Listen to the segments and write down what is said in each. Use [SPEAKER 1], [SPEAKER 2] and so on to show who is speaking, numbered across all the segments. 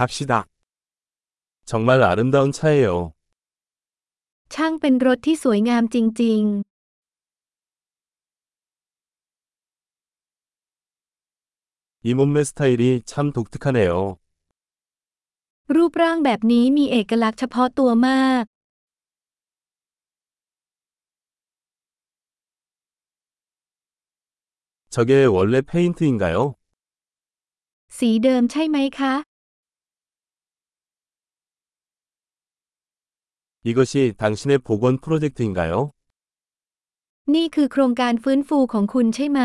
[SPEAKER 1] 갑시다. 정말 아름다운 차예요.
[SPEAKER 2] ช่างเป็นรถที่สวยงามจริง
[SPEAKER 1] 이 몸매 스타일이 참 독특하네요.
[SPEAKER 2] ๆ รูปร่างแบบนี้มีเอกลักษณ์เฉพาะตัวมาก
[SPEAKER 1] 저게 원래 페인트인가요?
[SPEAKER 2] สีเดิมใช่ไหมคะ
[SPEAKER 1] 이것이 당신의 복원 프로젝트인가요?
[SPEAKER 2] นี่คือโครงการฟื้นฟูของคุณใช่ไหม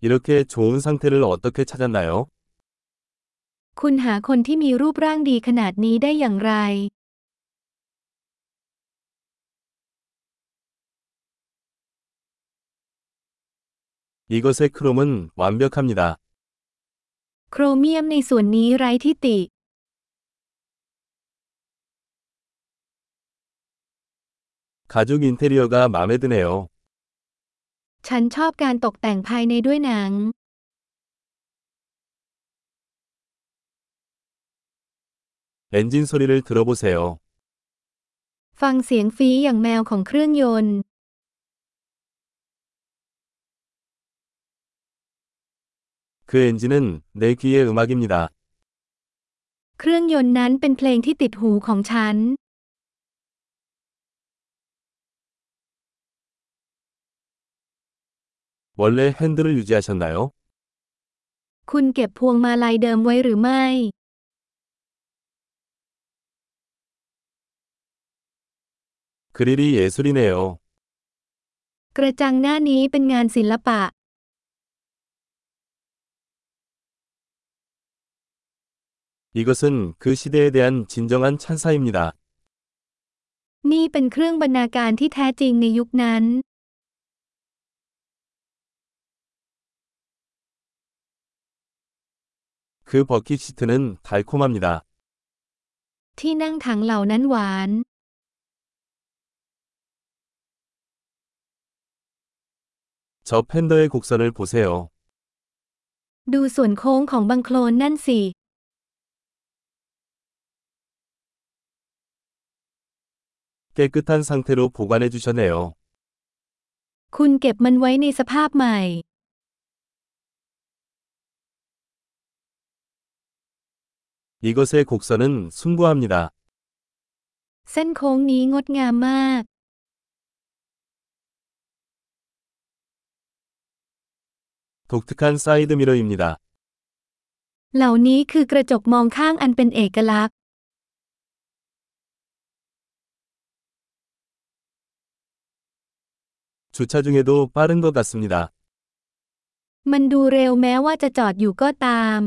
[SPEAKER 1] 이렇게 좋은 상태를 어떻게 찾았나요?
[SPEAKER 2] คุณหาคนที่มีรูปร่างดีขนาดนี้ได้อย่างไร
[SPEAKER 1] 이것의 크롬은 완벽합니다.
[SPEAKER 2] โครเมียมในส่วนนี้ไร้ที่ติ
[SPEAKER 1] 가죽 인테리어가 마음에 드네요.
[SPEAKER 2] ฉันชอบการตกแต่งภายในด้วยหนัง
[SPEAKER 1] 엔진 소리를 들어보세요.
[SPEAKER 2] ฟังเสียงฟีอย่างแมวของเครื่องยนต์
[SPEAKER 1] 그 엔진은 내 귀의 음악입니다.
[SPEAKER 2] เครื่องยนต์นั้นเป็นเพลงที่ติดหูของฉัน
[SPEAKER 1] 원래 핸들을 유지하셨나요?
[SPEAKER 2] คุณเก็บพวงมาลัยเดิมไว้หรือไม่
[SPEAKER 1] 그릴이 예술이네요.
[SPEAKER 2] กระจังหน้านี้เป็นงานศิลปะ
[SPEAKER 1] 이것은 그 시대에 대한 진정한 찬사입니다.
[SPEAKER 2] นี่เป็นเครื่องบรรณาการที่แท้จริงในยุคนั้น
[SPEAKER 1] 그 버킷 시트는 달콤합니다.
[SPEAKER 2] ที่นั่งถังเหล่านั้นหวาน
[SPEAKER 1] 저 팬더의 곡선을 보세요.
[SPEAKER 2] ดูส่วนโค้งของบังโคลนนั่นสิ
[SPEAKER 1] 깨끗한 상태로 보관해 주셨네요.
[SPEAKER 2] คุณเก็บมันไว้ในสภาพใหม่
[SPEAKER 1] 이것의 곡선은 숭고합니다.
[SPEAKER 2] เส้นโค้งนี้งดงามมาก
[SPEAKER 1] 독특한 사이드미러입니다.
[SPEAKER 2] เหล่านี้คือกระจกมองข้างอันเป็นเอกลักษณ์
[SPEAKER 1] 주차 중에도 빠른 것 같습니다.
[SPEAKER 2] มันดูเร็วแม้ว่าจะจอดอยู่ก็ตาม